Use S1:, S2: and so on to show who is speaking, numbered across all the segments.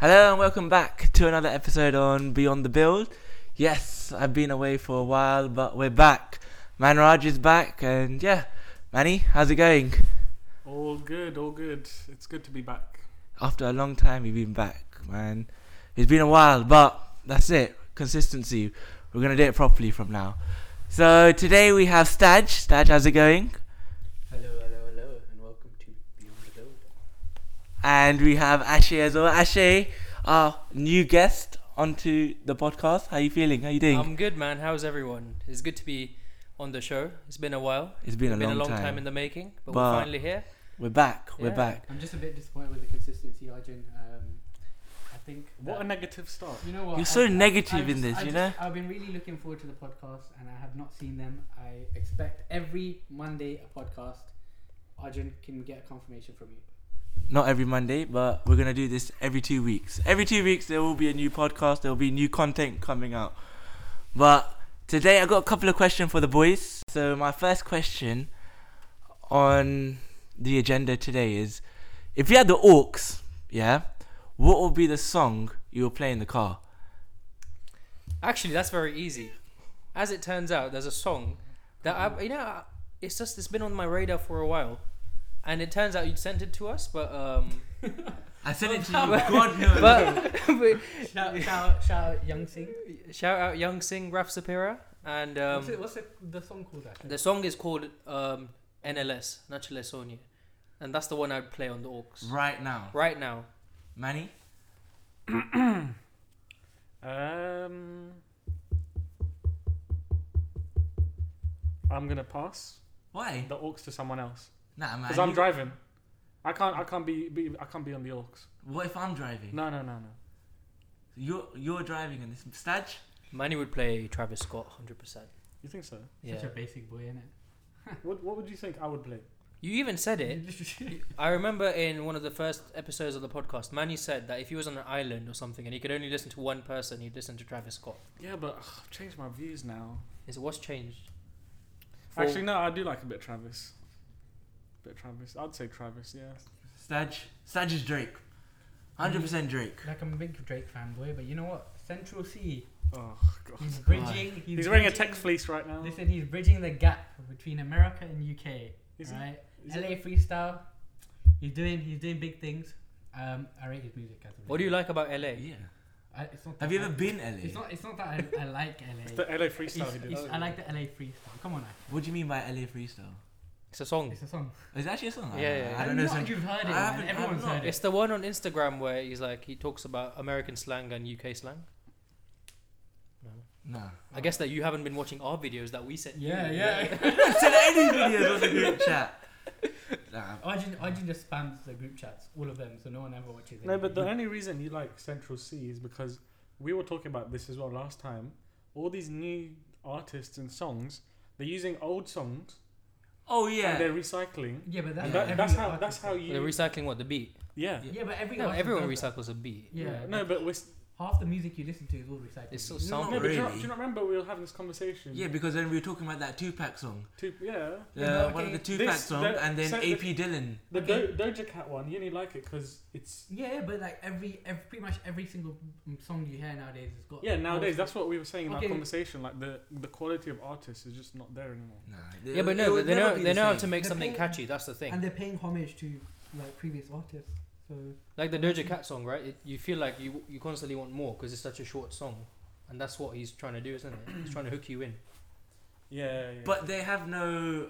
S1: Hello and welcome back to another episode on Beyond the Build. Yes, I've been away for a while, but we're back. Manraj is back, and yeah, Manny, how's it going?
S2: All good, all good. It's good to be back.
S1: After a long time, you've been back, man. It's been a while, but that's it. Consistency. We're gonna do it properly from now. So today we have Staj. Staj, how's it going?
S3: Hello, hello, hello, and welcome to Beyond the Build.
S1: And we have Ashe as well. Ashe, our new guest onto the podcast. How you feeling? How you doing?
S4: I'm good, man. How's everyone? It's good to be on the show. It's been a while.
S1: it's been a,
S4: been
S1: long,
S4: a long
S1: time.
S4: time. in the making, but,
S1: But-
S4: we're finally here.
S1: we're back. We're
S4: Yeah.
S1: back.
S3: I'm just a bit disappointed with the consistency, Arjun. Um, I think.
S2: What a
S3: that-
S2: negative start.
S3: you know what?
S1: You're so negative in this,
S3: I
S1: you
S3: just- I've been really looking forward to the podcast, and I have not seen them. I expect every Monday a podcast. Arjun can get a confirmation from you.
S1: not every Monday, but we're gonna do this every two weeks. Every two weeks there will be a new podcast, there will be new content coming out. But today I got a couple of questions for the boys. So my first question on the agenda today is if you had the orcs, yeah, what would be the song you would play in the car?
S4: Actually, that's very easy. As it turns out, there's a song that I, you know, I- it's just it's been on my radar for a while, and it turns out you sent it to us, but um,
S1: I sent it to you.
S4: But-
S1: God knows.
S4: but, but
S3: Shout, shout, shout out Young Sing.
S4: shout out Young Sing, Raf Sapira, and
S3: what's it,
S4: um,
S3: what's it, the song called? Actually?
S4: the song is called um, NLS, Nachale Sonia, and that's the one I'd play on the orcs
S1: right now.
S4: right now.
S1: Manny?
S2: Um, I'm gonna pass
S1: Why?
S2: the orcs to someone else
S1: Nah man.
S2: because I'm
S1: you-
S2: driving. I can't. I can't be, be. I can't be on the orcs.
S1: what if I'm driving?
S2: No, no, no, no.
S1: You're you're driving in this stage?
S4: Manny would play Travis Scott, hundred percent.
S2: You think so?
S4: Yeah.
S3: Such a basic boy, innit?
S2: What What would you think I would play?
S4: You even said it. I remember in one of the first episodes of the podcast, Manny said that if he was on an island or something and he could only listen to one person, he'd listen to Travis Scott.
S2: Yeah, but ugh, I've changed my views now.
S4: Is what's changed? For-
S2: Actually, no. I do like a bit of Travis. bit of Travis. I'd say Travis. Yeah.
S1: Staj. Staj is Drake. 100% Drake.
S3: Like I'm a big Drake fanboy, but you know what? Central C.
S2: Oh god.
S3: He's
S1: God.
S3: bridging. He's,
S2: He's, wearing a
S3: bridging-
S2: tech fleece right now.
S3: Listen, he's bridging the gap between America and UK.
S2: Is he?
S3: right?
S2: Is
S3: LA
S2: it-
S3: freestyle. He's doing he's doing big things. Um, I rate his music. As a
S4: What do you like about LA?
S1: Yeah.
S3: I, it's not that
S1: Have you
S3: I-
S1: ever been
S3: It's
S1: LA?
S3: not. It's not that I, I like LA.
S2: It's the LA freestyle
S3: It's-
S2: he did.
S3: it's- I like the LA freestyle. Come on,
S1: What do you mean by LA freestyle?
S4: It's a song.
S3: it's a song.
S1: Is it actually a song? I-
S4: Yeah, yeah,
S1: I, don't know.
S3: Not
S1: some-
S3: you've heard it.
S1: I
S3: man.
S1: haven't- I've
S3: Everyone's
S1: not.
S3: heard
S4: It's
S3: it.
S4: the one on Instagram where he's like he talks about American slang and UK slang. No.
S1: No.
S4: I guess that you haven't been watching our videos that we sent. you.
S3: Yeah, yeah.
S1: I said any videos on the group chat. Nah.
S3: Arjun, Arjun just spams the group chats, all of them, so no one ever watches it.
S2: No, but the only reason you like Central C is because we were talking about this as well last time. All these new artists and songs, they're using old songs
S1: Oh
S2: and
S1: yeah.
S2: they're recycling.
S3: yeah, but that's,
S2: And
S1: Yeah.
S2: that, that's
S3: every
S2: how that's
S3: artist
S2: how
S3: does.
S2: you
S4: They're recycling what the beat.
S2: yeah.
S1: Yeah.
S3: Yeah, but every
S4: No,
S3: artist
S4: everyone
S3: does that.
S4: recycles a beat.
S3: Yeah,
S2: No,
S3: like,
S2: but we're s-
S3: half the music you listen to is all recycled.
S4: It's so
S1: No,
S2: no,
S1: Not
S2: but
S4: sound.
S2: do, you not,
S1: really.
S2: do you not remember we were having this conversation?
S1: Yeah, because then we were talking about that Tupac song.
S2: Two, yeah.
S1: Yeah,
S3: Yeah, no,
S1: one of the
S3: okay.
S1: Tupac
S2: This-
S1: song,
S2: the-
S1: and then
S2: so the-
S1: AP Dylan.
S2: The
S3: Okay.
S2: Do- Doja Cat one, you only like it because it's
S3: Yeah, but like every, every pretty much every single mm, song you hear nowadays has got.
S2: yeah. Nowadays,
S3: all-
S2: that's what we were saying in
S3: Okay.
S2: our conversation. Like the the quality of artists is just not there anymore.
S1: Nah.
S4: Yeah, but no, but they know they know how to make
S3: The
S4: something
S3: thing-
S4: catchy. That's the thing.
S3: And they're paying homage to like previous artists. So
S4: Like the Doja Cat song, right? It, you feel like you you constantly want more because it's such a short song, and that's what he's trying to do, isn't it? He's trying to hook you in.
S2: Yeah. yeah.
S1: But they have no,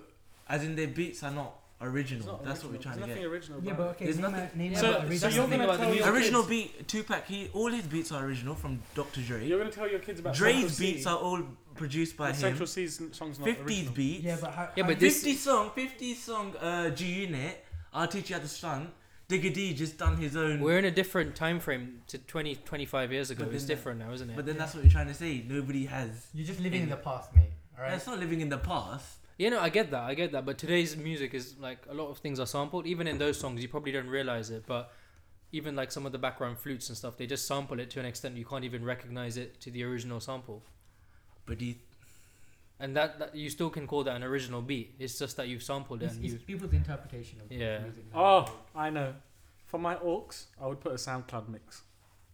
S1: as in their beats are not
S2: It's
S1: original.
S2: not
S1: That's
S2: original.
S1: what we're trying
S2: There's
S1: to
S2: nothing
S1: get.
S2: original.
S3: yeah,
S2: about
S3: but
S2: it.
S3: okay,
S1: There's
S3: name
S1: nothing-
S3: a, name
S4: Yeah,
S3: a
S4: but
S3: original.
S4: that's
S2: so
S4: the
S2: you're
S4: thing
S2: gonna
S4: about the
S2: tell your
S4: music.
S1: Original
S2: kids-
S1: beat Tupac. He all his beats are original from Dr. Dre.
S2: You're gonna tell your kids about Central
S1: Dre's
S2: C.
S1: beats are all produced by
S2: the
S1: him.
S2: Central C's n- songs not
S1: 50s
S2: original.
S1: beats.
S3: yeah, but how,
S4: Yeah,
S3: how
S4: but
S3: do you-
S4: this-
S1: 50 song, 50 song uh, G Unit, I'll teach you how to stunt. Digga D just done his own.
S4: We're in a different time frame to 20, 25 years ago.
S1: But
S4: It's
S1: then-
S4: different now, isn't it?
S1: but then that's what you're trying to say. Nobody has.
S3: you're just living in
S1: Yeah.
S3: the past, mate. All right.
S1: That's not living in the past.
S4: you know, I get that, I get that. But today's music is like a lot of things are sampled. Even in those songs, you probably don't realize it. But even like some of the background flutes and stuff, they just sample it to an extent you can't even recognize it to the original sample.
S1: But do you,
S4: And that, that you still can call that an original beat. It's just that you've sampled it.
S3: It's,
S4: And
S3: it's
S4: you,
S3: people's interpretation of
S4: Yeah.
S3: music.
S2: Oh, I know. For my orcs, I would put a SoundCloud mix.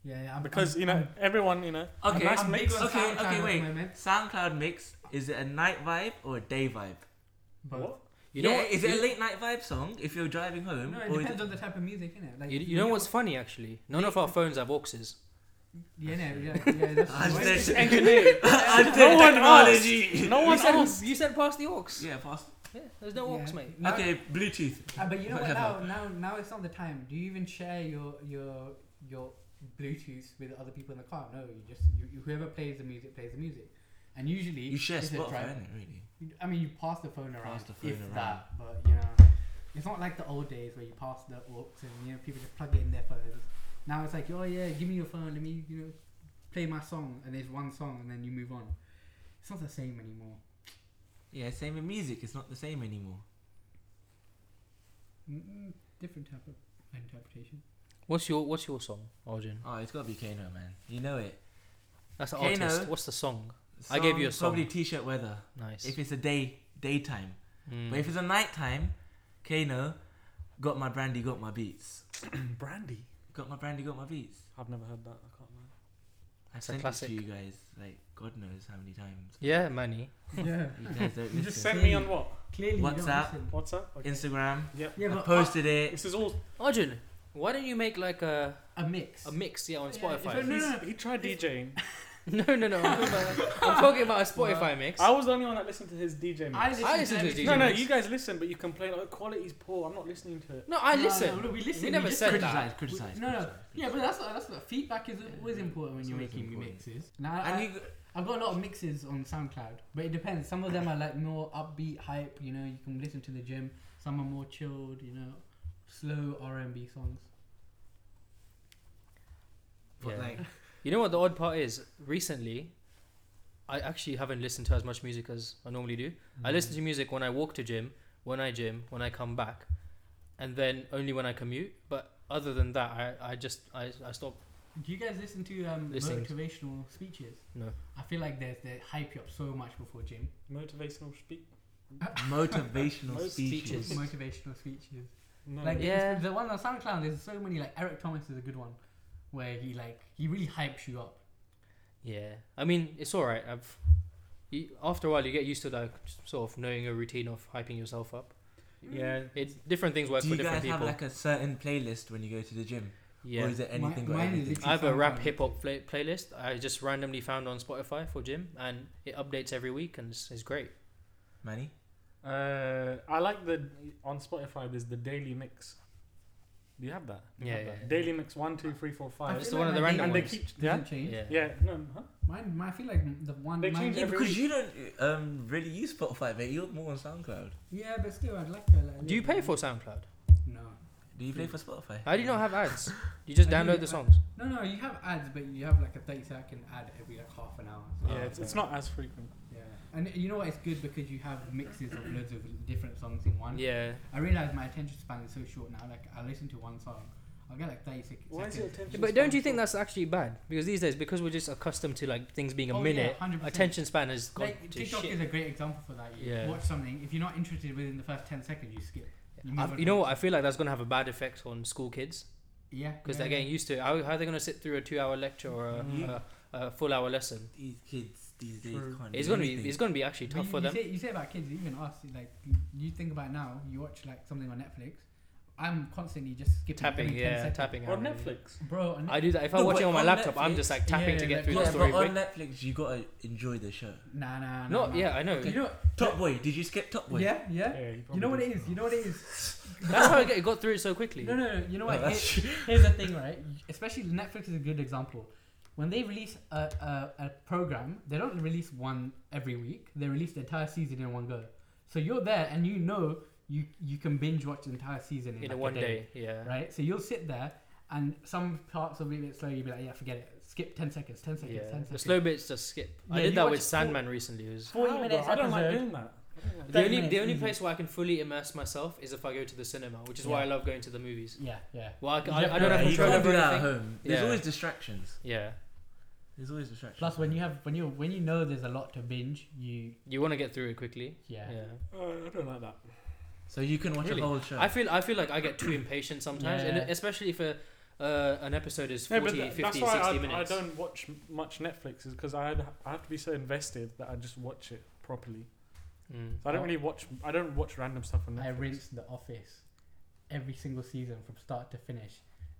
S3: Yeah, yeah. I'm,
S2: Because
S3: I'm,
S2: you know
S3: I'm-
S2: everyone you know. a
S1: Okay,
S2: nice
S3: I'm big
S2: mix.
S3: on
S1: okay,
S3: SoundCloud
S1: okay,
S3: at
S1: wait.
S3: the moment,
S1: SoundCloud mix is it a night vibe or a day vibe?
S3: but
S2: What?
S4: You
S1: yeah,
S4: know, what,
S1: is it
S4: you-
S1: a late night vibe song if you're driving home?
S3: No,
S1: or
S3: it
S1: is
S3: depends
S1: it-
S3: on the type of music, innit? Like
S4: You, you know what's funny actually? None of our phones have aux.
S3: Yeah, no, yeah, yeah. That's
S1: I
S3: why-
S1: said-
S2: It's engineered.
S1: Until
S2: No one
S1: technology.
S2: No
S4: You
S2: one
S4: said,
S2: else.
S4: you said pass the aux.
S1: Yeah, pass.
S4: Yeah, there's no aux,
S3: Yeah.
S4: mate.
S3: No.
S1: Okay, Bluetooth.
S3: Uh, but you know what? Now,
S1: Whatever.
S3: now, now it's not the time. Do you even share your your your Bluetooth with other people in the car? No, you just you, you- whoever plays the music plays the music, and usually
S1: You share
S3: it's a
S1: Spotify,
S3: drive-
S1: innit? Really.
S3: you- I mean, you pass the phone around.
S1: Pass the phone
S3: if
S1: around.
S3: that, but you know, it's not like the old days where you pass the aux and you know people just plug it in their phones. Now it's like, oh yeah, give me your phone. Let me you know play my song, and there's one song, and then you move on. It's not the same anymore.
S1: Yeah, same with music. It's not the same anymore.
S3: Mm, different type of interpretation.
S4: What's your What's your song, Arjun?
S1: Oh, it's gotta be Kano, man. You know it.
S4: That's the
S1: Kano.
S4: artist. What's the song? I gave you a
S1: Probably
S4: song.
S1: T-shirt weather.
S4: Nice.
S1: If it's a day daytime,
S4: Mm.
S1: but if it's a nighttime, Kano, got my brandy, got my beats.
S2: Brandy.
S1: Got my brandy, got my beats.
S2: I've never heard that. I can't remember.
S1: I
S4: It's a
S1: sent it
S4: classic.
S1: to you guys like God knows how many times.
S4: yeah, Manny.
S3: yeah.
S1: You guys don't
S2: You just
S1: listen.
S2: sent me on what?
S3: Clearly, you don't
S1: WhatsApp.
S3: listen.
S2: WhatsApp. Okay.
S1: Instagram.
S2: Yep.
S3: Yeah,
S1: I
S3: but uh,
S1: posted it.
S2: This is all
S4: Arjun, why don't you make like a
S3: a mix.
S4: a mix? Yeah, on
S3: Yeah, if
S4: Spotify.
S3: only- No, no,
S2: He's- He tried DJing.
S4: no, no, no. I'm talking about, I'm talking about a Spotify mix.
S2: I was the only one that listened to his DJ mix.
S3: I listen,
S4: I listen to
S3: to
S4: DJ
S2: no, no,
S4: mix.
S2: you guys listen, but you complain. Oh, quality's poor. I'm not listening to it.
S4: no, I
S3: No,
S4: listen.
S3: no, no, we listen,
S4: We
S3: we
S4: never
S3: just
S4: said that.
S1: Criticize, criticize.
S3: No, no.
S1: criticize,
S3: Yeah, but
S1: criticize.
S3: that's what, that's what feedback is always important when
S1: It's
S3: you're
S1: always
S3: making your
S1: important.
S3: mixes. Now,
S1: And
S3: I,
S1: you,
S3: I've got a lot of mixes on SoundCloud, but it depends. Some of them are like more upbeat, hype. You know, you can listen to the gym. Some are more chilled. You know, slow R and B songs.
S1: but
S4: Yeah.
S1: like,
S4: You know what the odd part is? Recently, I actually haven't listened to as much music as I normally do. I
S1: Mm.
S4: listen to music when I walk to gym, when I gym, when I come back, and then only when I commute. But other than that, I, I just I, I stop.
S3: Do you guys listen to um,
S4: Listening.
S3: motivational speeches?
S4: No.
S3: I feel like they they hype you up so much before gym.
S2: Motivational speak.
S1: motivational
S2: Most
S1: speeches.
S4: speeches.
S3: motivational speeches.
S2: No.
S3: Like
S4: Yeah.
S3: yeah. the one on SoundCloud, there's so many. Like Eric Thomas is a good one, where he like he really hypes you up.
S4: Yeah, I mean it's all right. I've you, after a while you get used to like sort of knowing a routine of hyping yourself up.
S2: yeah.
S4: It's different things work
S1: Do
S4: for
S1: you
S4: different
S1: guys have
S4: people.
S1: like a certain playlist when you go to the gym, or
S4: yeah,
S1: is it anything
S3: Mi-
S1: but
S3: mine is
S1: everything?
S3: literally
S4: I have a rap
S3: SoundCloud.
S4: hip hop play- playlist I just randomly found on Spotify for gym, and it updates every week and it's, it's great.
S1: Manny,
S2: Uh, I like the on Spotify. There's the daily mix. Do you have that? Do you
S4: Yeah,
S2: have
S4: yeah,
S2: that?
S4: yeah.
S2: Daily mix one, two, three, four,
S3: I
S2: five.
S4: It's
S3: feel
S4: the one of the
S3: my
S4: random
S2: And they
S3: daily
S4: ones.
S2: keep.
S3: mix
S2: Yeah.
S3: Doesn't
S1: Mm.
S3: change.
S4: Yeah.
S2: Yeah. No. Huh?
S3: Mine, mine, I feel like the one.
S2: They
S3: mine,
S2: change
S1: yeah,
S2: every
S1: because
S2: week.
S1: you don't um, really use Spotify, but you're more on SoundCloud.
S3: yeah, but still, I'd like to. Like,
S4: Do you pay for SoundCloud?
S3: No,
S1: Do you play for Spotify?
S4: Hmm. How do you not have ads? You just
S3: I do,
S4: download
S3: I-
S4: the songs.
S3: no, no. You have ads, but you have like a thirty second ad every like half an hour.
S2: Yeah.
S3: So,
S2: it's, it's not as frequent.
S3: Yeah, and you know what? It's good because you have mixes of loads of different songs in one.
S4: Yeah.
S3: I realize my attention span is so short now. Like I listen to one song, I'll get like thirty sec- seconds.
S2: Why is your attention?
S4: But don't
S2: span
S4: you think
S2: short?
S4: that's actually bad? Because these days, because we're just accustomed to like things being a
S3: Oh, yeah,
S4: minute,
S3: 100%.
S4: attention span has gone
S3: Like,
S4: to
S3: TikTok
S4: shit.
S3: is a great example for that. You
S4: Yeah.
S3: watch something. If you're not interested within the first ten seconds, you skip. You move
S4: I,
S3: on
S4: you
S3: to
S4: know
S3: the
S4: what? I
S3: next.
S4: feel like that's gonna have a bad effect on school kids
S3: Yeah. yeah,
S4: because
S3: Mm-hmm.
S4: they're getting used to it. How, how are they gonna sit through a two-hour lecture or a,
S1: Mm.
S4: a, a full-hour lesson?
S1: These kids these days
S2: True.
S1: can't.
S4: It's
S1: do
S4: gonna be
S1: anything.
S4: it's gonna be actually
S3: But
S4: tough
S3: you,
S4: for
S3: you
S4: them.
S3: Say, you say about kids, even us. Like you think about now, you watch like something on Netflix. I'm constantly just skipping
S4: Tapping,
S3: every 10
S4: yeah,
S3: seconds.
S4: tapping.
S2: Or
S4: out.
S2: Netflix.
S3: Bro, on
S4: I do that if I
S1: No,
S4: watch it
S1: but
S4: on my
S1: on
S4: laptop. I'm
S1: Netflix-
S4: just like tapping
S3: Yeah,
S4: to get
S3: like-
S4: through
S1: Yeah,
S4: the
S3: That's
S1: but
S4: story.
S1: on
S4: quick.
S1: Netflix you gotta enjoy the show.
S3: Nah, nah, nah.
S4: No,
S3: nah.
S4: yeah, I know.
S3: You know,
S1: Top Boy, did you skip Top Boy?
S3: yeah, yeah.
S2: Yeah,
S3: You know what
S2: probably
S3: it is. You know what it is.
S4: That's how it got, it got through it so quickly.
S3: No, no, no. You know
S1: Oh,
S3: what?
S1: that's
S3: Here- here's the thing, right? Especially Netflix is a good example. When they release a, a, a program, they don't release one every week. They release the entire season in one go. So you're there and you know you you can binge watch the entire season in,
S4: in a
S3: like,
S4: one day, yeah.
S3: right? So you'll sit there and some parts will be a bit slow. You'll be like, yeah, forget it. Skip ten seconds, ten seconds,
S4: Yeah,
S3: ten seconds.
S4: the slow bits just skip. I
S3: Yeah,
S4: did
S3: you
S4: that
S3: watch
S4: with
S3: it for-
S4: Sandman recently. It was
S2: How,
S3: 40 minutes
S2: bro? I don't like
S3: episode.
S2: doing that. I don't like
S4: the
S3: Thirty
S4: only
S3: minutes
S4: the only
S3: easy.
S4: place where I can fully immerse myself is if I go to the cinema, which is why I love going to the movies.
S3: Yeah, yeah.
S4: Well, I, c- I-
S3: Yeah,
S4: I don't have
S1: you
S4: control
S1: can't do
S4: over
S1: that at
S4: anything.
S1: home. There's
S4: Yeah.
S1: always distractions.
S4: Yeah,
S1: There's always distractions.
S3: Plus, when you have when you when you know there's a lot to binge, you
S4: you want to get through it quickly.
S3: yeah.
S4: Yeah,
S2: that. Uh, I don't like that.
S1: so you can watch
S4: Really?
S1: a whole show.
S4: I feel I feel like I get too impatient sometimes, and
S3: Yeah.
S4: especially if a, uh, an episode is
S2: No,
S4: 40,
S2: but th-
S4: 50,
S2: that's
S4: 60
S2: why I, I
S4: minutes.
S2: don't watch m- much Netflix is because I I have to be so invested that I just watch it properly.
S4: Mm.
S2: So I don't
S3: Oh.
S2: really watch I don't watch random stuff on Netflix.
S3: I rinsed The Office every single season from start to finish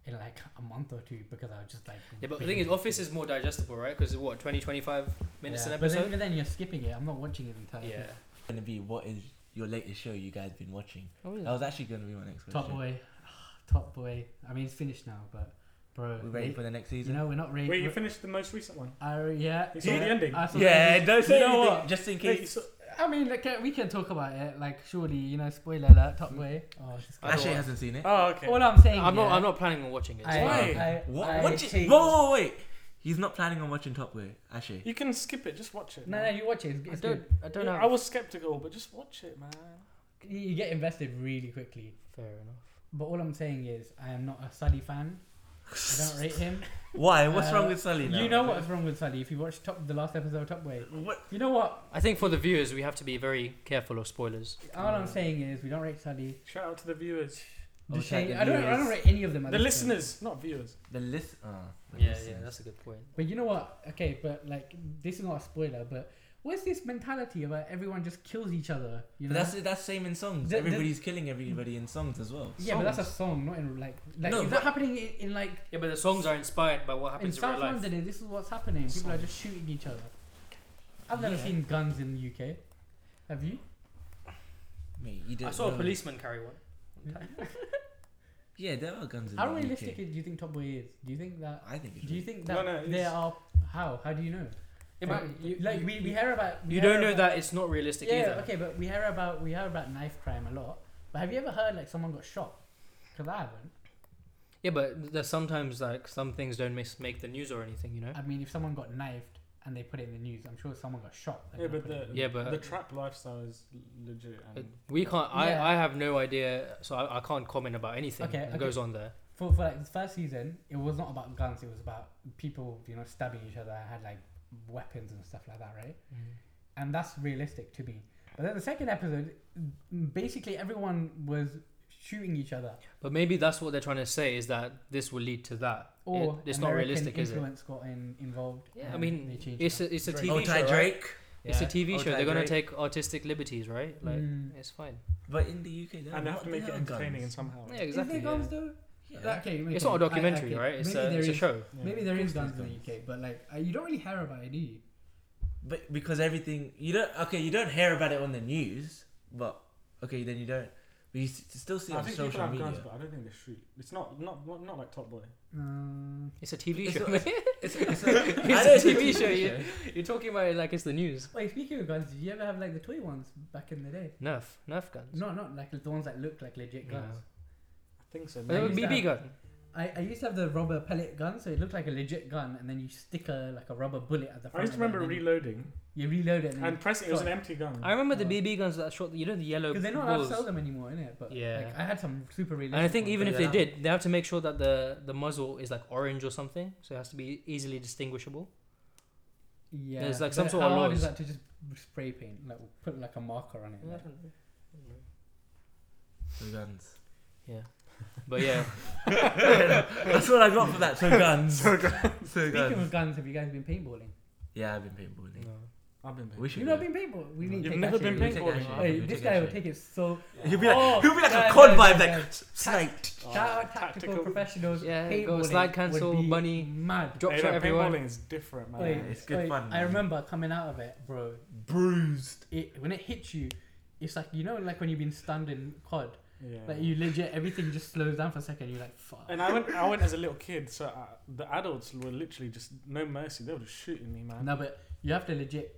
S3: in like a month or two because I was just like.
S4: Yeah, but
S3: really
S4: the thing is, Office
S3: invested.
S4: is more digestible, right? Because what 20, 25 minutes
S3: Yeah,
S4: an
S3: But then,
S4: episode.
S3: even then, you're skipping it. I'm not watching it entirely.
S4: yeah.
S1: Gonna be what is your latest show you guys been watching?
S4: Oh,
S1: That was actually gonna be my next question.
S3: Hmm. Top Boy, Ah, Top Boy. I mean, it's finished now, but bro,
S1: We ready
S3: they-
S1: for the next
S3: you
S1: season?
S3: know we're not ready.
S2: Wait, you
S3: we're-
S2: finished the most recent one?
S3: I re- yeah.
S2: You saw the
S3: yeah,
S2: ending?
S3: I saw the
S1: yeah,
S3: ending.
S1: don't say
S2: You know
S1: anything,
S2: what?
S1: just in
S2: Wait,
S1: case.
S2: so-
S3: I mean, like, uh, we can talk about it. Like, surely, you know, spoiler alert, Top
S4: Hmm.
S3: Boy. Oh, this
S4: I don't
S1: Ashley
S4: want-
S1: hasn't seen it.
S2: oh, okay.
S3: All I'm saying.
S4: I'm
S3: yeah,
S4: not. I'm not planning on watching it.
S3: I-
S4: so-
S2: Why?
S3: I-
S1: what?
S3: I
S1: what you-
S3: hate-
S1: whoa, whoa, whoa, wait. He's not planning on watching Top Boy, Ashley.
S2: You can skip it. Just watch it.
S3: No, no,
S2: man.
S3: you watch it. It's,
S4: I
S3: it's
S4: don't.
S3: good.
S4: I don't
S2: Yeah,
S4: have.
S2: I was skeptical, but just watch it, man.
S3: You- You get invested really quickly.
S4: Fair enough.
S3: But all I'm saying is, I am not a Sully fan. I don't rate him.
S1: Why? What's
S3: Uh,
S1: wrong with Sully now?
S3: You know what's wrong with Sully if you watch top, the last episode of Top Boy.
S1: What?
S3: You know what?
S4: I think for the viewers, we have to be very careful of spoilers.
S3: All I'm saying is, we don't rate Sully.
S2: Shout out to the viewers,
S1: Mm. Oh,
S3: The
S1: check
S3: Shane-
S1: the
S3: I don't. I
S1: viewers.
S3: don't rate any of them. At
S2: the
S3: this point.
S2: listeners, not viewers.
S1: The list. Oh, the
S4: Yeah, yeah,
S1: listeners.
S4: that's a good point.
S3: But you know what? Okay, but like this is not a spoiler. But what's this mentality about everyone just kills each other? You
S1: But
S3: know.
S1: that's that's same in songs.
S3: The- the-
S1: Everybody's killing everybody in songs as well.
S3: yeah, but that's a song, not in like. like
S1: No,
S3: is
S1: but-
S3: that happening in, in like
S4: Yeah, but the songs are inspired by what
S3: in
S4: happens in,
S3: South
S4: real life.
S3: London? eh, This is what's happening. People are just shooting each other. I've never
S1: Yeah.
S3: seen guns in the UK. Have you?
S1: Mate, you don't
S4: I saw a
S1: know.
S4: policeman carry one.
S1: Yeah, there are guns in
S3: How
S1: the UK.
S3: realistic do you think Top Boy is? Do you think that?
S1: I think it's
S3: Do you think
S2: No,
S3: that
S2: no, it's-
S3: there are? How? How do you know?
S4: Yeah,
S3: like,
S4: but you,
S3: like,
S4: you-
S3: we, we hear about. we
S4: you
S3: hear
S4: don't know
S3: about-
S4: that it's not realistic
S3: Yeah,
S4: either.
S3: okay, but we hear about we hear about knife crime a lot. But have you ever heard like someone got shot? Because I haven't.
S4: Yeah, but there's sometimes like some things don't mis- make the news or anything, you know.
S3: I mean, if someone got knifed and they put it in the news, I'm sure someone got shot. they're
S2: Yeah,
S3: gonna
S2: but
S3: put it
S2: the
S3: in
S4: Yeah, but-
S2: the trap lifestyle is legit.
S4: Uh,
S2: And
S4: We can't. I,
S3: Yeah.
S4: I have no idea, so I, I can't comment about anything
S3: Okay,
S4: that
S3: okay.
S4: goes on there.
S3: for for like the first season, it was not about guns. It was about people, you know, stabbing each other. Had like weapons and stuff like that, right? And that's realistic to me. But then the second episode, m- basically everyone was shooting each other.
S4: But maybe that's what they're trying to say is that this will lead to that.
S3: Or
S4: It- it's not
S3: American
S4: realistic, is it?
S3: influence got in, involved.
S4: Yeah, I
S3: and
S4: mean,
S3: they changed
S4: it's
S3: it.
S4: a, it's a
S2: Drake.
S4: TV
S1: Oh,
S4: show.
S1: Ty
S4: right?
S1: Drake.
S4: It's a
S3: Yeah.
S4: TV
S1: Oh,
S4: show.
S1: Ty
S4: They're gonna
S1: Drake.
S4: take artistic liberties, right? Like
S3: Mm.
S4: it's fine.
S1: But in the UK, there
S2: and
S1: are
S2: they have to
S1: not-
S2: make it
S1: there are guns.
S2: entertaining and somehow.
S4: Yeah, exactly.
S1: Is there
S4: yeah.
S1: guns though? Yeah.
S3: okay,
S4: It's
S3: okay,
S4: not a
S3: I-
S4: documentary,
S3: okay,
S4: right? It's,
S3: maybe
S4: a,
S3: there
S4: it's a
S3: is-
S4: show.
S2: Yeah.
S3: Maybe there
S1: Of
S3: is
S1: course
S3: guns in
S1: there's
S3: the UK, but like uh, you don't really hear about it, do you?
S1: But because everything you don't okay, you don't hear about it on the news, but okay, then you don't. But you s- still see it
S2: I
S1: on
S2: think people
S1: social
S2: have
S1: media.
S2: guns, but I don't think they shoot. It's not not not, not like Top Boy.
S3: Um,
S4: It's a TV
S1: It's
S4: show.
S1: not- it's, it's, a,
S4: It's a TV show, yeah. You're talking about it like it's the news.
S3: wait, speaking of guns, did you ever have like the toy ones back in the day?
S4: Nerf, Nerf guns.
S3: No, not like the ones that look like legit guns.
S4: No.
S2: I think so.
S4: Uh,
S3: maybe it's
S4: BB
S3: that.
S4: gun.
S3: I, I used to have the rubber pellet gun, so it looked like a legit gun, and then you stick a like a rubber bullet at the
S2: I
S3: front.
S2: used to
S3: of it,
S2: remember
S3: and then
S2: reloading
S3: You reload it and,
S2: and pressing. It was an
S3: shot.
S2: empty gun.
S4: I remember the
S3: Oh.
S4: BB guns that shot. You know the yellow.
S3: because they're not allowed to
S4: balls.
S3: sell them anymore, innit? But
S4: Yeah.
S3: like, I had some super realistic.
S4: And I think
S3: ones,
S4: even
S1: Yeah,
S4: if they
S1: that
S4: did, they have to make sure that the the muzzle is like orange or something, so it has to be easily distinguishable.
S3: but- yeah,
S4: there's, like, some
S3: but
S4: sort of
S3: how hard
S4: laws.
S3: is that to just spray paint, like put like a marker on it? like-
S1: Two guns.
S4: Yeah, but yeah,
S1: That's what I got for that. Two guns. Two guns. Two
S3: Speaking
S1: guns.
S3: of guns, have you guys been paintballing?
S1: Yeah, I've been paintballing.
S4: no.
S2: I've been.
S1: We
S2: big.
S1: should.
S3: You've not been paintballing. We
S1: No.
S3: need to
S2: You've
S3: take
S2: never
S3: that
S2: been
S3: shit.
S1: we take
S2: paintballing.
S1: action.
S2: huh?
S1: We
S3: Hey,
S1: take
S3: this guy will
S1: action.
S3: take it so.
S1: He'll be like,
S3: Oh,
S1: he'll be like
S3: guys,
S1: a quad
S3: guys,
S1: vibe,
S3: guys,
S1: like
S3: guys.
S1: sniped.
S2: Oh,
S3: Shout out tactical, professionals.
S4: Yeah, go
S3: paintballing
S4: slide
S3: would
S4: cancel,
S3: be
S4: bunny.
S3: Mad.
S4: drop
S2: Hey,
S4: shot
S2: look,
S4: everyone.
S2: Paintballing is different, man.
S3: Wait,
S1: it's good
S3: wait,
S1: fun,
S3: I
S1: man.
S3: remember coming out of it, bro.
S1: Bruised.
S3: It, when it hits you, it's like you know, like when you've been stunned in COD,
S2: Yeah.
S3: like you legit everything just slows down for a second. You're like, fuck.
S2: And I went. I went as a little kid, so I, the adults were literally just no mercy. They were just shooting me, man.
S3: no, but you have to legit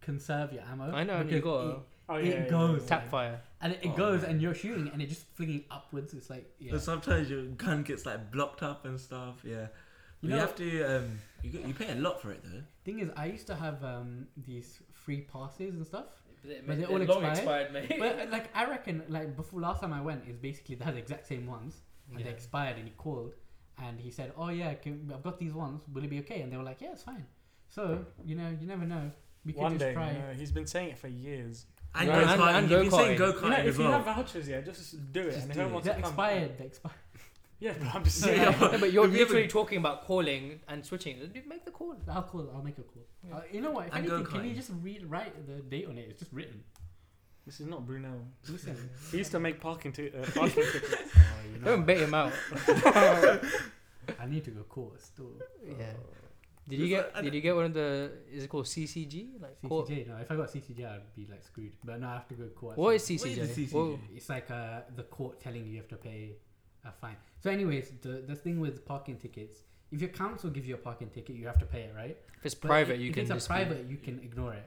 S3: conserve your ammo.
S4: I know, and you
S3: because
S4: got
S3: it,
S4: a
S2: oh,
S3: it goes.
S4: tap fire.
S3: and it, it
S1: Oh,
S3: goes,
S1: man.
S3: and you're shooting, and it just flinging upwards. It's like, yeah.
S1: But sometimes your gun gets like blocked up and stuff. Yeah. You,
S3: You know-
S1: have to. Um, you, go- you pay a lot for it though.
S3: Thing is, I used to have um, these free passes and stuff.
S4: But
S3: But they all they're long expired?
S4: mate.
S3: But uh, like I reckon, like before last time I went, is basically they had the exact same ones, and
S4: Yeah.
S3: they expired, and he called, and he said, "Oh yeah, can, I've got these ones. Will it be okay?" And they were like, "Yeah, it's fine." So you know, you never know. We could
S2: One
S3: just
S2: day,
S3: try.
S2: you know, he's been saying it for years.
S1: And
S4: Yeah,
S1: go
S4: and-
S1: karting.
S4: and
S1: You've been saying
S4: go-karting.
S1: go
S2: You know,
S1: karting
S2: if
S1: as
S2: you have
S1: well.
S2: vouchers, yeah, just do it.
S1: Just
S2: and
S1: do
S2: whoever
S1: it.
S2: wants
S3: They
S2: to come,
S3: expired. They expired.
S2: Yeah, but I'm just
S4: Yeah,
S2: saying.
S4: but you're
S2: if we
S4: literally
S2: haven't-
S4: talking about calling and switching. Dude, Make the call.
S3: I'll call. I'll make a call.
S4: Yeah.
S3: Uh, you know what? If
S1: And go
S3: anything, can you
S1: kind.
S3: just read write the date on it? It's just written.
S2: This is not Brunel.
S3: Listen, Oh,
S2: He used to make parking, t- uh, parking tickets.
S4: Don't bait him out.
S3: I need to go call still.
S4: Yeah. Did you get Did you get one of the? Is it called CCG? Like call,
S3: CCJ. No, if I got CCJ, I'd be like screwed. But no, I have to go court.
S4: what is
S3: So
S4: CCJ?
S1: What is the
S4: Whoa.
S1: CCJ?
S3: It's like uh, the court telling you you have to pay a fine. So, anyways, the the thing with parking tickets, if your council gives you a parking ticket, you have to pay it, right?
S4: If it's
S3: But
S4: private,
S3: if,
S4: you
S3: if
S4: can.
S3: It's a
S4: dispute.
S3: private. You can ignore it.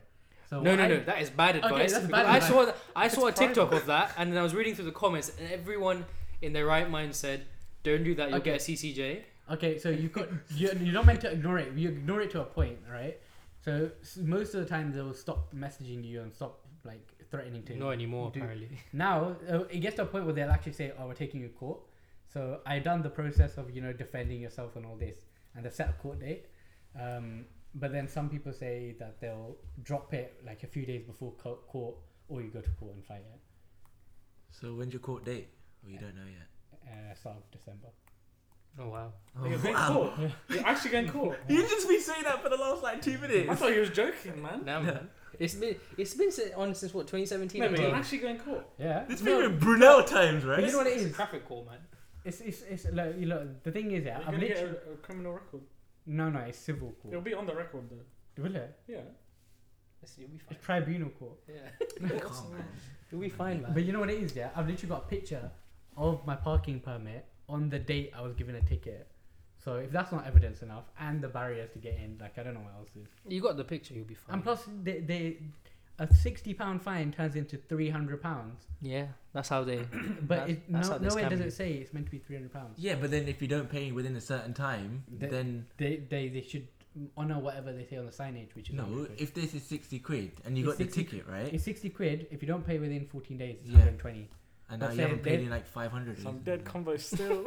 S3: So
S4: No,
S3: what
S4: no,
S3: I-
S4: no. That is bad advice.
S3: that's bad
S4: because I
S3: advice.
S4: saw that. I saw a
S3: It's
S4: TikTok
S3: private.
S4: of that, and then I was reading through the comments, and everyone in their right mind said, "Don't do that. You'll
S3: Okay.
S4: get a CCJ."
S3: Okay, so you could you you're not meant to ignore it. You ignore it to a point, right? So s- most of the time they will stop messaging you and stop like threatening to.
S4: Not anymore,
S3: do-
S4: apparently.
S3: Now uh, it gets to a point where they'll actually say, "Oh, we're taking you to court." So I done the process of you know defending yourself and all this, and they set a court date. Um, but then some people say that they'll drop it like a few days before co- court, or you go to court and fight it.
S1: So when's your court date? Oh, you don't know yet.
S3: Uh, start of December.
S4: Oh wow.
S2: You're getting caught. You're actually getting caught.
S1: You just been saying that for the last like two
S2: I
S1: minutes.
S2: thought you was joking, man.
S4: Damn. man. It's been it's been si- on since what 2017.
S2: No, but you're
S4: Well,
S2: actually getting caught.
S3: Yeah.
S1: This
S4: No.
S1: been in Brunel times,
S4: you
S1: right?
S4: know what it is? Traffic call, man.
S3: It's it's it's like, you know, the thing is yeah.
S2: You're
S3: I'm
S2: gonna get
S3: literally-
S2: a, a criminal record.
S3: No, no, it's civil
S2: It'll
S3: court.
S2: be on the record though.
S3: Will it?
S2: Yeah.
S4: Listen, You'll be fine.
S3: It's tribunal court.
S4: Yeah.
S1: Come on.
S4: You'll be fine, man.
S3: But you know what it is, yeah? I've literally got a picture of my parking permit on the date I was given a ticket. So if that's not evidence enough, and the barriers to get in, like I don't know what else is.
S4: You got the picture. You'll be fine.
S3: And plus, they, they a sixty pound fine turns into three hundred pounds.
S4: yeah, that's how they.
S3: But
S4: That-
S3: it,
S4: that's
S3: no,
S4: how they
S3: nowhere
S4: scam
S3: does
S4: you.
S3: it say it's meant to be three hundred pounds.
S1: Yeah, but then if you don't pay within a certain time,
S3: Th-
S1: then
S3: They, they they should honor whatever they say on the signage, which is
S1: no.
S3: 100 quid.
S1: If this is sixty quid and you
S3: It's
S1: got the
S3: 60
S1: ticket right,
S3: it's sixty quid. If you don't pay within fourteen days, it's
S1: Yeah.
S3: one hundred twenty.
S1: and now you
S3: Let's say
S1: haven't paid
S3: they-
S1: in like five hundred.
S2: Some dead convo still.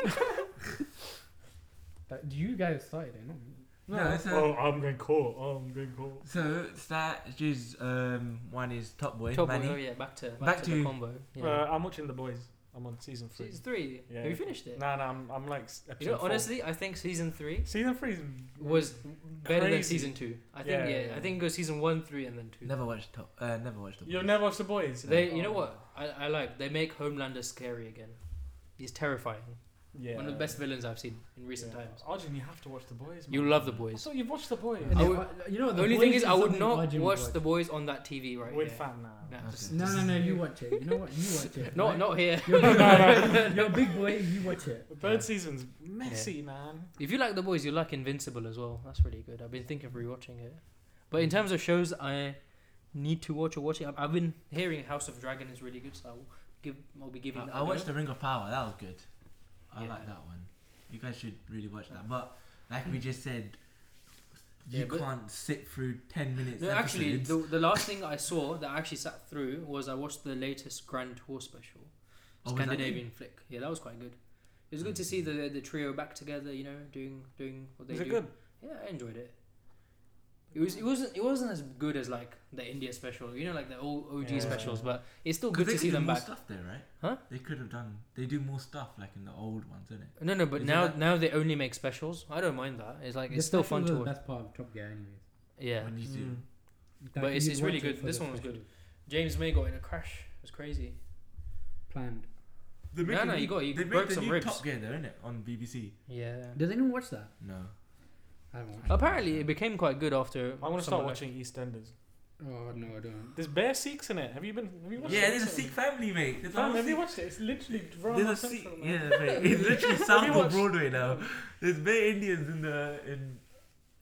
S3: Do you guys started it? Not me.
S1: No, that's
S3: uh,
S1: not-
S2: oh, I'm getting caught. Oh, I'm getting caught.
S1: So statues. Um, one is Top Boy,
S4: Top
S1: Manny.
S4: oh yeah, back to back,
S1: Back
S4: to, the
S1: to-
S4: combo. Yeah.
S2: Uh, I'm watching The Boys. I'm on season three.
S4: season three.
S2: Yeah.
S4: Have you finished it?
S2: Nah, nah. I'm, I'm like s-
S4: You know,
S2: episode four.
S4: honestly, I think season three
S2: season three is
S4: was better than
S2: Crazy.
S4: season two. I think
S2: Yeah,
S4: yeah,
S2: yeah, yeah.
S4: I think it goes season one, three, and then two.
S1: Never watched Top. Uh, never watched Top.
S2: You've
S1: Boy.
S2: never watched The Boys.
S4: They, you know
S2: Oh.
S4: what I, I like? They make Homelander scary again. He's terrifying.
S2: Yeah.
S4: One of the best villains I've seen in recent
S2: Yeah. Oh,
S4: times.
S2: Arjun, you have to watch The Boys.
S4: You
S2: man.
S4: love the
S2: I
S4: boys.
S2: thought you've watched The Boys.
S4: I
S3: Yeah,
S4: would-
S3: but, you know what,
S4: The only thing is, I would
S3: something
S4: not
S3: Arjun would
S4: watch the boys on that TV right
S2: We're
S4: here.
S2: fat now.
S4: Nah,
S1: Okay.
S4: just-
S3: No, no, no. You watch it. You know what? You watch it.
S4: Not
S3: right?
S4: not here.
S3: You're a big boy. You're a big boy. You watch it.
S2: The third
S4: Yeah.
S2: season's messy, man.
S4: If you like the boys, you like Invincible as well. That's really good. I've been thinking of rewatching it. But in
S1: Mm.
S4: terms of shows, I need to watch or watching. I've, I've been hearing House of Dragon is really good, so I'll give. I'll be giving. that
S1: I, I
S4: a
S1: watched
S4: go.
S1: The Ring of Power. That was good. I
S4: Yeah.
S1: like that one. You guys should really watch that. But like we just said,
S4: Yeah,
S1: you
S4: but-
S1: can't sit through ten minutes.
S4: No, actually, the,
S1: episodes. Oh,
S4: the last thing I saw that I actually sat through was I watched the latest Grand Tour special,
S1: Oh, was that
S4: Scandinavian flick. Yeah, that was quite good. It was good to see the the trio back together. You know, doing doing what they
S2: Is
S4: do.
S2: it good?
S4: Yeah, I enjoyed it. It was it wasn't it wasn't as good as like the India special, you know, like the old OG
S2: Yeah.
S4: specials, but it's still
S1: 'Cause
S4: good
S1: they
S4: to
S1: could
S4: see
S1: do
S4: them
S1: more
S4: back.
S1: Stuff there, right?
S4: Huh?
S1: They could have done. They do more stuff like in the old ones, don't it?
S4: No, no, but
S1: Is it
S4: now
S1: that-
S4: now they only make specials. I don't mind that. It's like
S3: The
S4: it's still
S3: specials
S4: fun
S3: are
S4: to
S3: the
S4: watch.
S3: best part of Top Gear, anyways.
S4: Yeah,
S1: When you do.
S2: Mm.
S3: Like,
S4: it's-
S3: you
S4: it's really
S3: watch it
S4: good.
S3: for
S4: This
S3: the
S4: one was good.
S3: specials.
S4: James May got in a crash. It was crazy.
S3: Planned.
S1: They make
S4: No,
S1: a
S4: no,
S1: new-
S4: you got- you
S1: they make
S4: broke
S1: the
S4: some
S1: new
S4: ribs.
S1: Top Gear, though, innit? On BBC.
S4: Yeah.
S3: Does anyone watch that?
S1: No.
S3: I haven't watched.
S4: Apparently, it became quite good after.
S2: I want to
S4: someone
S2: start
S4: like-
S2: watching EastEnders.
S3: Oh no, I don't.
S2: There's bear Sikhs in it. Have you been? Have you watched
S1: Yeah,
S2: it?
S1: there's a Sikh family, mate. There's a
S2: Fam,
S1: whole
S2: have you
S1: Sikh-
S2: watched it? It's literally
S1: There's
S2: drama
S1: a Sikh,
S2: central, man.
S1: yeah, mate. It literally sounds on
S2: watched-
S1: Broadway now. There's bare Indians in the in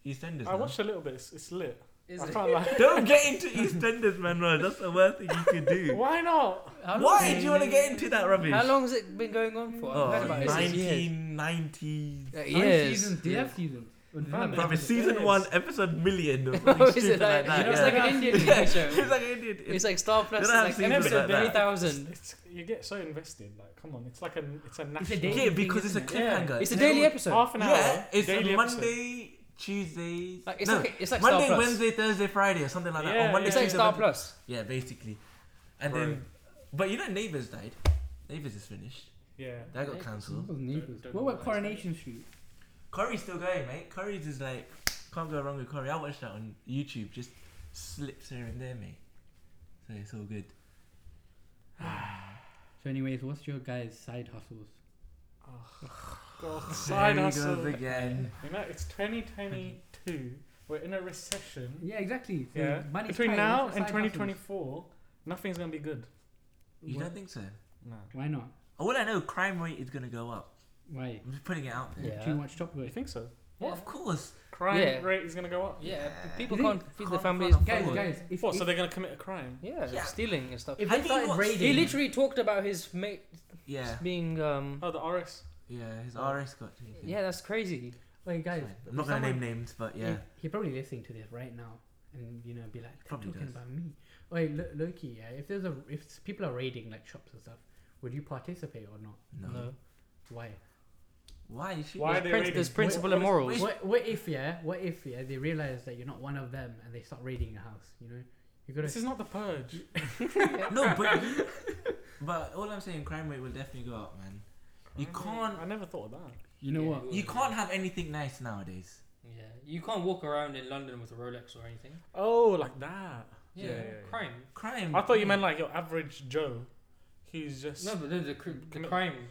S1: EastEnders.
S2: I
S1: now.
S2: watched a little bit. It's, it's lit.
S4: Is
S2: I
S4: it?
S2: can't lie.
S1: Don't get into EastEnders, man. Raj. That's the worst thing you could do.
S2: Why not?
S4: How long-
S1: Why do you want to get into that rubbish?
S4: How long has it been going on for?
S1: Oh,
S4: I've heard about it since years.
S1: 1990.
S4: Uh,
S3: Nine
S4: years.
S3: seasons. Do you have seasons? Or do you have
S2: Fam,
S1: From
S3: episodes?
S1: season
S2: Yes.
S1: one, episode million. Or
S4: Oh,
S1: something
S4: is
S1: stupid
S4: it
S1: like
S4: like,
S1: that.
S4: you know,
S1: yeah.
S4: it's like an Indian
S1: Yeah,
S4: TV show.
S1: it's like an Indian.
S4: It's like Star Plus.
S1: don't have
S4: It's like
S1: seasons
S4: episode
S1: like that.
S4: three thousand.
S2: It's, you get so invested. Like, come on. It's like a. It's a
S3: It's a
S2: national.
S3: daily
S1: yeah,
S3: thing,
S1: because it's a
S3: isn't
S2: it? Yeah.
S1: cliffhanger.
S4: It's a
S1: They
S4: daily
S1: all-
S4: episode.
S2: half an hour.
S1: Yeah, it's a
S2: daily
S1: Monday, Tuesday.
S4: Like, it's
S1: no,
S4: like it's like Star
S1: Monday,
S4: Plus.
S1: Wednesday, Thursday, Friday, or something like that.
S2: Yeah,
S1: or Monday,
S4: It's like
S1: Tuesday,
S4: Star
S1: Wednesday.
S4: Plus.
S1: Yeah, basically. And
S2: Bro.
S1: then, but you know, Neighbours died. Neighbours is finished.
S2: Yeah.
S1: That got cancelled.
S3: Those neighbours.
S4: Don't- don't
S3: What about
S4: know.
S3: Coronation Street?
S1: Curry's still going, mate. Curry's is like can't go wrong with curry. I watched that on YouTube. Just slips here and there, mate. So it's all good.
S3: So, anyways, what's your guys' side hustles?
S2: God, side
S1: there he
S2: hustle.
S1: goes again.
S2: You know, it's 2022. We're in a recession.
S3: Yeah, exactly. So
S2: Yeah.
S3: Mm, money's
S2: Between
S3: tight,
S2: now
S3: what's
S2: and
S3: your side hustles?
S2: 2024, nothing's gonna be good.
S1: You
S3: What-
S1: don't think so?
S2: No.
S3: Why not?
S1: All I know, crime rate is gonna go up.
S3: Why?
S1: I'm just putting it out there.
S4: Yeah.
S3: Do you watch Top Boy?
S2: You think so?
S1: Well, of course.
S2: Crime
S4: Yeah.
S2: rate is gonna go up.
S4: Yeah,
S1: Yeah.
S4: people
S3: You
S4: can't
S3: think-
S4: feed their
S1: can't
S4: families.
S1: afford-
S3: Guys,
S1: Forward.
S3: guys, if,
S2: What?
S3: if,
S2: So they're gonna commit a crime.
S4: Yeah,
S1: Yeah.
S4: stealing and stuff.
S3: if
S1: Have
S3: they
S1: you
S3: started
S1: watched-
S3: raiding,
S4: He literally talked about his mate
S1: Yeah,
S4: being. um
S2: Oh, the RS.
S1: yeah. His RS got taken.
S4: Yeah, that's crazy.
S3: Wait, guys,
S1: Fine. I'm not gonna name
S3: someone-
S1: names, but yeah.
S3: He, he probably listening to this right now, and you know, be like, they're
S1: Probably
S3: talking
S1: does.
S3: about me. Wait, lo- Loki, yeah. If there's a, if s- people are raiding like shops and stuff, would you participate or not?
S1: No.
S4: No.
S3: Why?
S1: Why is she?
S2: Why are
S4: There's,
S2: they
S4: prin-
S2: raiding?
S4: there's
S2: What-
S4: principle and
S2: what is-
S4: morals.
S3: What, what if yeah? What if yeah? They realize that you're not one of them, and they start raiding your house. You know, you gotta.
S2: This is not the purge.
S1: No, but you- but all I'm saying, crime rate will definitely go up, man. You
S2: Crime rate-
S1: can't-
S2: I never thought of that.
S3: you know
S4: Yeah,
S3: what?
S4: it
S1: You
S4: would.
S1: can't have anything nice nowadays.
S4: Yeah, you can't walk around in London with a Rolex or anything.
S2: Oh, like that.
S4: Yeah,
S2: Yeah, yeah, yeah.
S4: crime.
S1: Crime.
S2: I thought you meant like your average Joe, who's just
S4: No, but the, the, cr- the
S2: Commit-
S4: crime.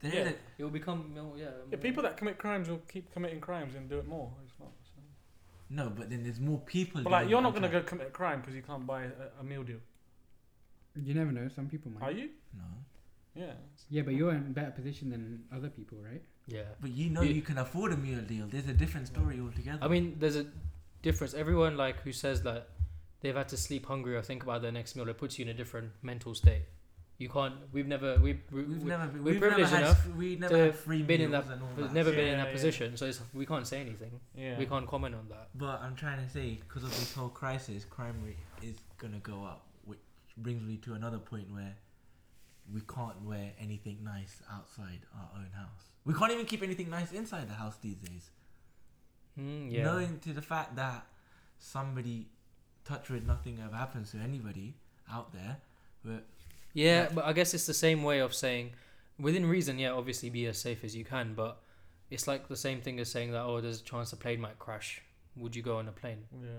S1: There
S2: yeah.
S1: isn't-
S4: It will become. more- Yeah,
S2: yeah,
S4: more-
S2: people that commit crimes will keep committing crimes and do it more. It's not, it's not-
S1: No, but then there's more people.
S2: But like,
S1: doing
S2: you're
S1: it
S2: not
S1: on
S2: gonna
S1: crime.
S2: go commit a crime because you can't buy a, a meal deal,
S3: You never know. Some people
S4: Mm-hmm.
S2: are
S3: might.
S2: you?
S1: No.
S2: Yeah.
S3: Yeah, but you're in better position than other people, right?
S4: Yeah.
S1: But you know
S4: You-
S1: you can afford a meal deal. There's a different story altogether.
S4: I mean, there's a difference. Everyone like who says that they've had to sleep hungry or think about their next meal, it puts you in a different mental state. You can't. We've never. We, we,
S1: we've
S4: we-
S1: never been,
S4: we're
S1: we've never
S4: privileged
S1: had
S4: enough
S1: f- we never
S4: to
S1: had
S4: have
S1: free
S4: been in
S1: meals
S4: that-
S1: and all
S4: we've
S1: that.
S4: never been in
S2: Yeah,
S4: that
S2: yeah.
S4: position, so it's, we can't say anything.
S2: Yeah.
S4: We can't comment on that.
S1: But I'm trying to say because of this whole crisis, crime rate is gonna go up, which brings me to another point where we can't wear anything nice outside our own house. We can't even keep anything nice inside the house these days.
S4: Mm, yeah.
S1: Knowing to the fact that somebody, touch with nothing ever happens to anybody out there, but
S4: Yeah, but I guess it's the same way of saying, within reason, yeah, obviously be as safe as you can, but it's like the same thing as saying that, oh, there's a chance a plane might crash. Would you go on a plane?
S2: Yeah.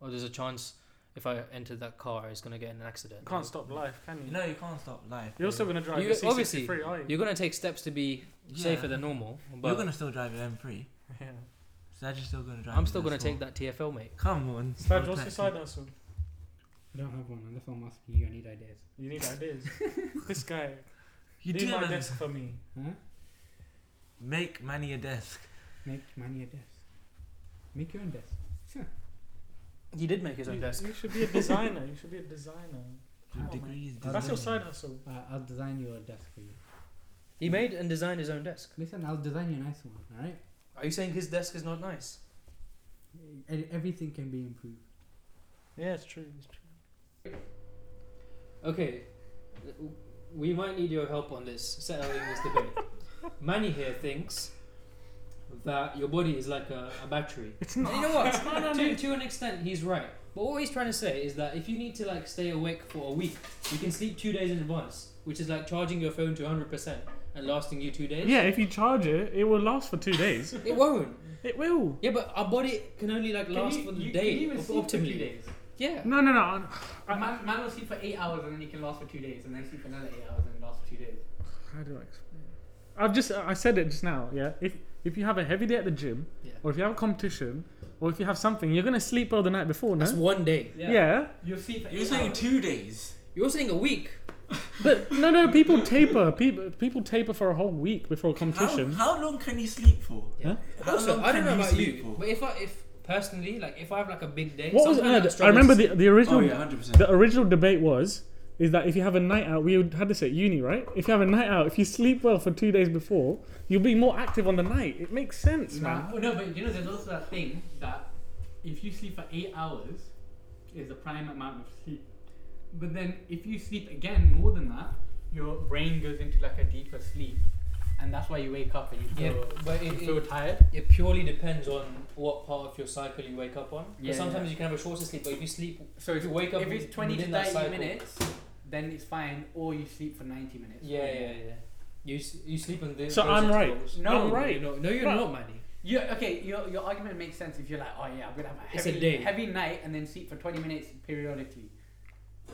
S4: Or there's a chance if I enter that car, it's going to get in an accident.
S2: You can't stop life, can you?
S1: you know you can't stop life.
S2: You're still gonna drive
S4: You-
S2: your C63,
S4: obviously,
S2: are you?
S4: You're going to take steps to be safer
S1: Yeah.
S4: than normal, but
S1: You're gonna still drive an M3.
S2: yeah.
S1: Saj is still gonna drive.
S4: I'm still
S1: it
S4: going
S1: as
S4: to take
S1: well.
S4: that TFL, mate.
S1: Come on.
S2: Staj, what's
S1: Taxi.
S2: your side hustle?
S3: I don't have one. and That's why I'm asking you. I need ideas.
S2: You need ideas. this guy.
S1: You
S2: do
S1: do
S2: my
S1: have a-
S2: desk for me.
S3: Huh?
S1: Make money a desk.
S3: Make money a desk. Make your own desk.
S4: He did make his
S2: You,
S4: own desk.
S2: you should be a designer. You should be a designer.
S1: Your
S2: Oh,
S1: degree is
S2: That's your
S1: design.
S2: side hustle.
S3: Uh, I'll design you a desk for you.
S4: He made and designed his own desk.
S3: Listen, I'll design you a nice one. All right.
S4: Are you saying his desk is not nice?
S3: E- Everything can be improved.
S2: Yeah, it's true. It's true.
S4: Okay, we might need your help on this, settling this debate. Manny here thinks that your body is like a, a battery.
S2: It's
S4: You know what? to, to an extent, he's right. But what he's trying to say is that if you need to like stay awake for a week, you can sleep two days in advance, which is like charging your phone to 100% and lasting you two days.
S2: Yeah, if you charge it, it will last for two days.
S4: It won't.
S2: it will.
S4: Yeah, but our body can only like last for the day of- optimally. Yeah.
S2: No, no, no. I, I,
S3: Man, man will sleep for eight hours and then he can last for two days, and then sleep another eight hours and last for two days.
S2: how do I explain? it? I've just I said it just now. Yeah, if if you have a heavy day at the gym,
S4: Yeah.
S2: or if you have a competition, or if you have something, you're gonna sleep well the night before, no?
S4: That's one day.
S2: yeah.
S3: You'll sleep for
S1: You're
S3: eight
S1: saying
S3: hours.
S1: two days.
S4: You're saying a week.
S2: but no, no. People taper. People people taper for a whole week before a
S1: How,
S2: competition.
S1: how long can you sleep for?
S4: Yeah.
S1: How
S4: Also,
S1: long
S4: I don't
S1: can
S4: know
S1: you
S4: about
S1: sleep
S4: you,
S1: for?
S4: but if I if personally like if I have like a big day,
S2: What was
S4: sometimes I'm
S2: no, I
S4: struggling
S2: remember
S4: to
S2: the,
S4: sleep.
S2: the original
S1: Oh yeah, hundred percent.
S2: the original debate was is that if you have a night out, we had this at uni, right? If you have a night out, if you sleep well for two days before, you'll be more active on the night. It makes sense, man.
S3: Nah, oh, no, but you know, there's also that thing that if you sleep for eight hours, is the prime amount of sleep. But then if you sleep again more than that, your brain goes into like a deeper sleep, and that's why you wake up and you
S4: Yeah,
S3: feel,
S4: but
S3: you
S4: it,
S3: feel
S4: it,
S3: tired.
S4: it purely depends on what part of your cycle you wake up on. 'Cause
S3: Yeah,
S4: sometimes
S3: yeah.
S4: you can have a shorter sleep, but if you sleep,
S3: So
S4: if you wake up
S3: if it's 20 to
S4: within that
S3: 30
S4: cycle-
S3: minutes, then it's fine, or you sleep for 90 minutes.
S4: yeah, yeah, yeah. You s- you sleep on the.
S2: So
S4: those
S2: I'm right.
S4: intervals.
S2: No, I'm right.
S4: No, no, you're
S2: Right.
S4: not, Manny.
S3: Yeah, okay, your, your argument makes sense if you're like, oh yeah, I'm gonna have a
S4: It's a
S3: heavy,
S4: day.
S3: heavy night and then sleep for 20 minutes periodically.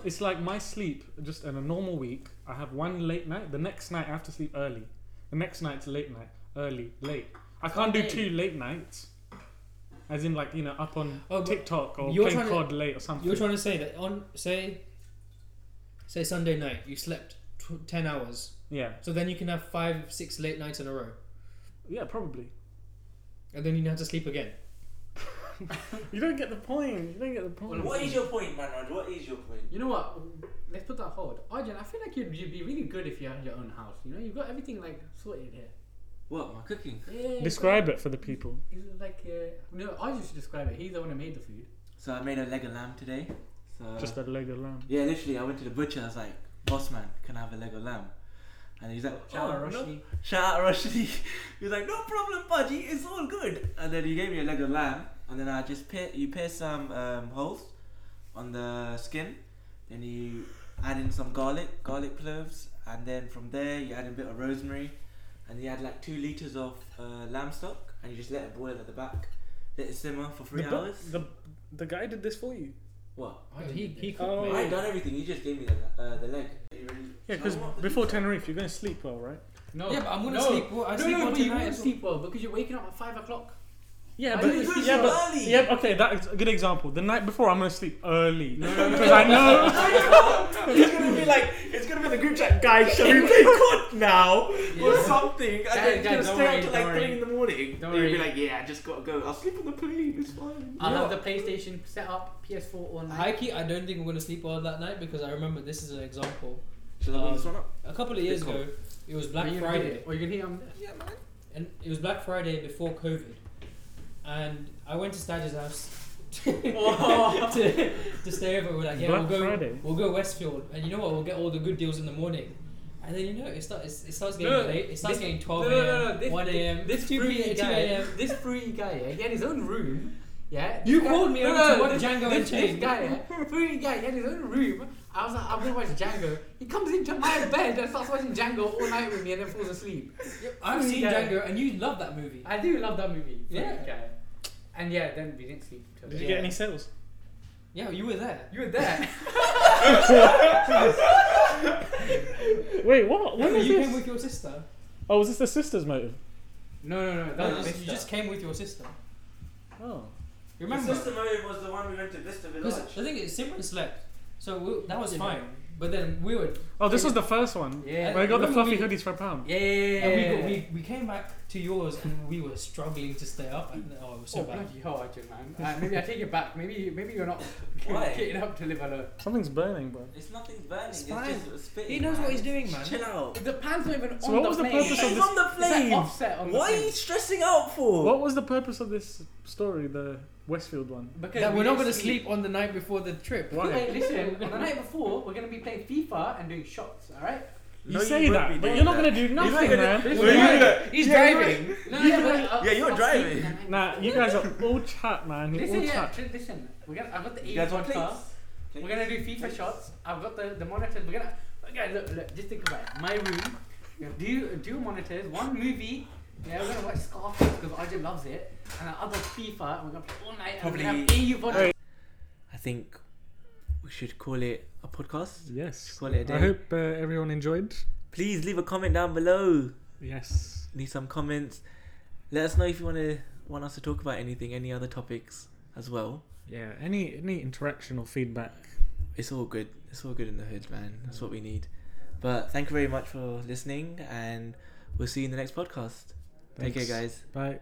S2: It's like my sleep, just in a normal week, I have one late night. The next night, I have to sleep early. The next night's late night, early, late. I can't do
S4: Okay.
S2: two late nights. As in, like, you know, up on
S4: Oh, but
S2: TikTok or
S4: you're
S2: playing
S4: trying to-
S2: COD late or something.
S4: You're trying to say that on say. Say Sunday night, you slept tw- ten hours,
S2: yeah.
S4: so then you can have five, six late nights in a row,
S2: Yeah, probably.
S4: and then you have to sleep again.
S2: You don't get the point. You don't get the point.
S1: What is your point, Manrod? What is your point?
S3: You know what? Let's put that hold. Arjun, I feel like you'd, you'd be really good if you had your own house. You know, you've got everything like sorted here.
S1: What? My cooking.
S3: Yeah, you've got-
S2: Describe it for the people.
S3: He's like, uh, no, Arjun should describe it. He's the one who made the food.
S1: So I made a leg of lamb today. So
S2: Just that leg of lamb.
S1: yeah, literally, I went to the butcher. I was like, "Boss man, can I have a leg of lamb?" And he's like,
S3: Shout out,
S1: "Oh, no."
S3: Roshni.
S1: Shout out Rushdie. He was like, no problem, budgie, it's all good. And then he gave me a leg of lamb, and then I just pit, you pierce some um, holes on the skin, then you add in some garlic, garlic cloves, and then from there you add in a bit of rosemary, and you add like two liters of uh, lamb stock, and you just let it boil at the back, let it simmer for three
S2: the, bu-
S1: hours.
S2: The, the guy did this for you.
S1: what?
S3: Arjun
S4: He-
S3: did
S4: he
S3: this.
S4: cooked
S2: Oh.
S4: me.
S1: I ain't done everything. You just gave me the uh, the leg. You really- So
S2: Yeah, because
S1: what the-
S2: before Tenerife, you're going to sleep well, right?
S3: No.
S4: Yeah, but I'm gonna
S3: no.
S4: sleep. Well, I
S3: No,
S4: sleep
S3: no,
S4: on
S3: but you
S4: tonight.
S3: won't
S4: as well.
S3: sleep well because you're waking up at 5 o'clock.
S2: Yeah,
S3: I
S2: but
S3: think
S1: it's
S2: yeah,
S1: so
S2: but
S1: early.
S2: yeah, okay, that's a good example. The night before, I'm gonna sleep early because I know.
S1: it's gonna be like it's gonna be the group chat guys shall we play COD now or something
S3: Guys,
S1: and then it's
S3: guys, don't
S1: gonna stay
S3: worry,
S1: up till like
S3: don't
S1: 3 in the morning
S3: Don't
S1: and you'll be
S3: worry.
S1: like yeah I just gotta go I'll sleep on the plane it's fine
S3: I'll
S2: Yeah.
S3: have the PlayStation set up, PS4 all night.
S4: Hikey, I don't think we're gonna sleep well that night because I remember this is an example.
S1: should I
S4: Um,
S1: warm this one up?
S4: A couple of years
S1: Big call.
S4: ago, it was
S3: Are
S4: Black
S3: you gonna hit
S4: Friday,
S3: it? Or you can hear um, on
S1: yeah man
S4: and it was Black Friday before COVID, and I went to Stadger's house
S3: Oh.
S4: to, to stay over. We're like, yeah,
S2: Black
S4: we'll go,
S2: Friday?
S4: we'll go Westfield, and you know what? We'll get all the good deals in the morning. And then you know it starts. It starts getting
S3: No,
S4: late. It starts
S3: this-
S4: getting twelve a.m.
S3: no, no, no, this-
S4: one a.m.
S3: This
S4: two
S3: free
S4: p.m. two
S3: guy,
S4: a.m.
S3: this free guy, yeah, he had his own room. Yeah,
S4: You
S3: This guy-
S4: called me
S3: no,
S4: over
S3: no,
S4: to watch
S3: this-
S4: Django
S3: this,
S4: Unchained.
S3: This guy, yeah, free guy, he had his own room. I was like, I'm gonna watch Django. He comes into my bed and starts watching Django all night with me, and then falls asleep.
S4: I've seen
S3: Yeah.
S4: Django, and you love that movie.
S3: I do love that movie. Free
S4: Yeah.
S3: guy. And yeah, then we didn't sleep. Till
S2: Did
S3: yeah.
S2: you get any sales?
S4: Yeah, you were there.
S3: You were there.
S2: Wait, what? When
S4: No,
S2: was
S4: you came
S2: this?
S4: with your sister.
S2: Oh, was this the sisters' motive?
S3: No, no, no. That
S4: No,
S3: was
S4: you, just, you just came with your sister.
S2: Oh,
S4: You remember?
S1: Motive was the one we went to Vista
S4: Because the thing is, Simran slept, so we, that was fine. But then we were,
S2: oh, this was the first one.
S3: Yeah.
S2: Where I got the
S4: Remember
S2: fluffy
S4: we-
S2: hoodies for a pound.
S3: Yeah.
S4: and we, got, we we came back to yours, and we were struggling to stay up. And oh, it was so
S3: oh,
S4: bad.
S3: bloody hell, Arjun, man. Uh, maybe I take it back. Maybe maybe you're not
S1: Why?
S3: getting up to live alone.
S2: Somethinging's burning, bro.
S1: it's nothing burning
S4: It's
S1: it's,
S4: fine.
S1: just spitting
S4: He knows
S1: man.
S4: what he's doing, man.
S1: chill out
S3: The pan's not even
S2: So
S3: on
S2: what
S3: the
S2: was the
S3: plane.
S2: purpose
S1: it's
S2: of this-
S1: on the
S3: It's like
S1: plane
S3: offset on
S1: what
S3: the
S1: are
S3: plane.
S1: you stressing out for
S2: What was the purpose of this story, the Westfield one?
S3: Because
S4: That
S3: we
S4: we're not
S3: didn't
S4: gonna sleep on the night before the trip.
S2: Why?
S3: Hey, listen, on the night before, we're going to be playing FIFA and doing shots, alright?
S2: You
S1: No, you
S2: say
S1: won't be
S2: that, but
S1: doing
S2: you're not
S1: that.
S2: gonna do
S1: not
S2: nothing,
S1: gonna-
S2: man.
S1: Well, you-
S4: He's
S2: Yeah,
S4: driving.
S3: No, no, but I'll-
S1: Yeah, you're
S3: I'll
S1: driving.
S3: sleep and-
S2: Nah, you guys are all chat, man. You're
S3: Listen,
S2: all
S3: yeah,
S2: chat.
S3: tr- listen. We're gonna, I've got the
S1: you
S3: eight
S1: guys want
S3: vodka.
S1: plates?
S3: We're going to do FIFA shots. I've got the, the monitors. We're going to. Okay, look, look, just think about it. My room, we have two, two monitors, one movie. Yeah, we're going to watch Scarface because Arjun loves it. And the other FIFA, and we're going to play all night. And we're going to
S1: Probably-
S3: have EU vodka.
S1: I think we should call it a podcast
S2: Yes.
S1: Call it a
S2: I
S1: day.
S2: hope uh, everyone enjoyed.
S1: please leave a comment down below
S2: Yes.
S1: leave some comments. Let us know if you want to want us to talk about anything, any other topics as well.
S2: Yeah. Any any interaction or feedback?
S1: It's all good. It's all good in the hood, man. That's what we need. But thank you very much for listening, and we'll see you in the next podcast. Take
S2: Thanks.
S1: care, guys.
S2: Bye.